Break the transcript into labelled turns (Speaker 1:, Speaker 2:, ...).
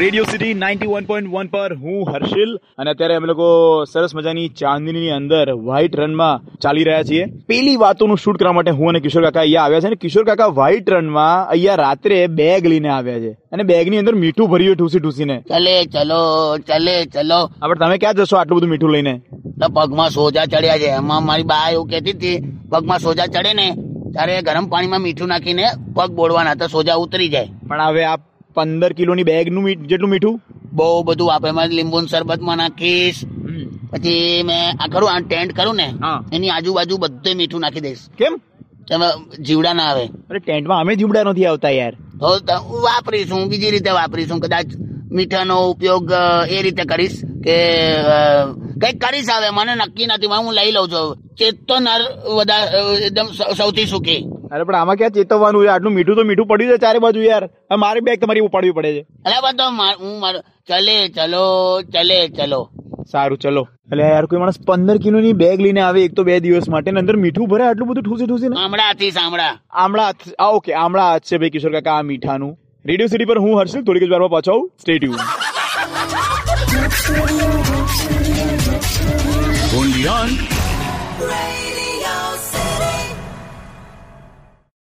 Speaker 1: Radio City ninety one point one પર હું હર્ષિલ અને અત્યારે અમે લોકો સરસ મજાની ચાંદનીની અંદર વ્હાઇટ રનમાં ચાલી રહ્યા છીએ પેલી વાતોનું શૂટ કરવા માટે હું અને કિશોર કાકા અહીંયા આવ્યા છે અને કિશોર કાકા વ્હાઇટ રનમાં અહીંયા રાત્રે બેગ લઈને આવ્યા છે અને બેગની અંદર મીઠું ભર્યું છે ઠૂસી ઠૂસીને
Speaker 2: ચલે ચલો ચલે ચલો
Speaker 1: આપણે તમે ક્યાં જશો આટલું બધું મીઠું લઈને
Speaker 2: તો પગમાં સોજા ચડ્યા છે એમાં મારી બા એવું કહેતી હતી પગમાં સોજા ચડે ને ત્યારે ગરમ પાણીમાં મીઠું નાખીને પગ બોળવાના તો સોજા ઉતરી જાય
Speaker 1: પણ હવે આ પંદર કિલોની બેગનું મી- જેટલું મીઠું
Speaker 2: બહુ બધું આપે મારે લીંબુનું શરબતમાં નાખીશ પછી મેં આ કરું આ ટેન્ટ કરું ને
Speaker 1: હા.
Speaker 2: એની આજુબાજુ બધે મીઠું નાખી દઈશ
Speaker 1: કેમ
Speaker 2: તમે જીવડા ના આવે
Speaker 1: અરે ટેન્ટમાં અમે જીવડા નથી આવતા યાર
Speaker 2: તો ત- હું વાપરીશું બીજી રીતે વાપરીશું કદાચ મીઠાનો ઉપયોગ અ, એ રીતે કરીશ કે અ, કંઈક કરીશ હવે મને નક્કી નથી પણ હું લઈ લઉં છું ચેતતો નર વધારે અ, એકદમ સૌ- સૌથી સુખી
Speaker 1: અરે પણ આમાં ક્યાં ચેતવવાનું છે આટલું મીઠું તો મીઠું પડ્યું છે ચારે બાજુ યાર હવે મારી બેગ તમારી ઉપાડવી પડે છે
Speaker 2: એટલે બધો માર- હું મારું ચલે ચલો ચલે ચલો
Speaker 1: સારું ચલો એટલે યાર કોઈ માણસ પંદર કિલોની બેગ લઈને આવે એક તો બે દિવસ માટે અને અંદર મીઠું ભરે આટલું બધું ઠૂસી ઠૂસીને
Speaker 2: આમળાથી સાંભળા
Speaker 1: આમળા હાથ- આ ઓકે આમળા હાથ છે ભાઈ કિશોર કાકા આ મીઠાનું રેડિયો સિટી પર હું હર્ષિલ થોડીક જ વારમાં પાછો stay tune
Speaker 3: only on
Speaker 4: Radio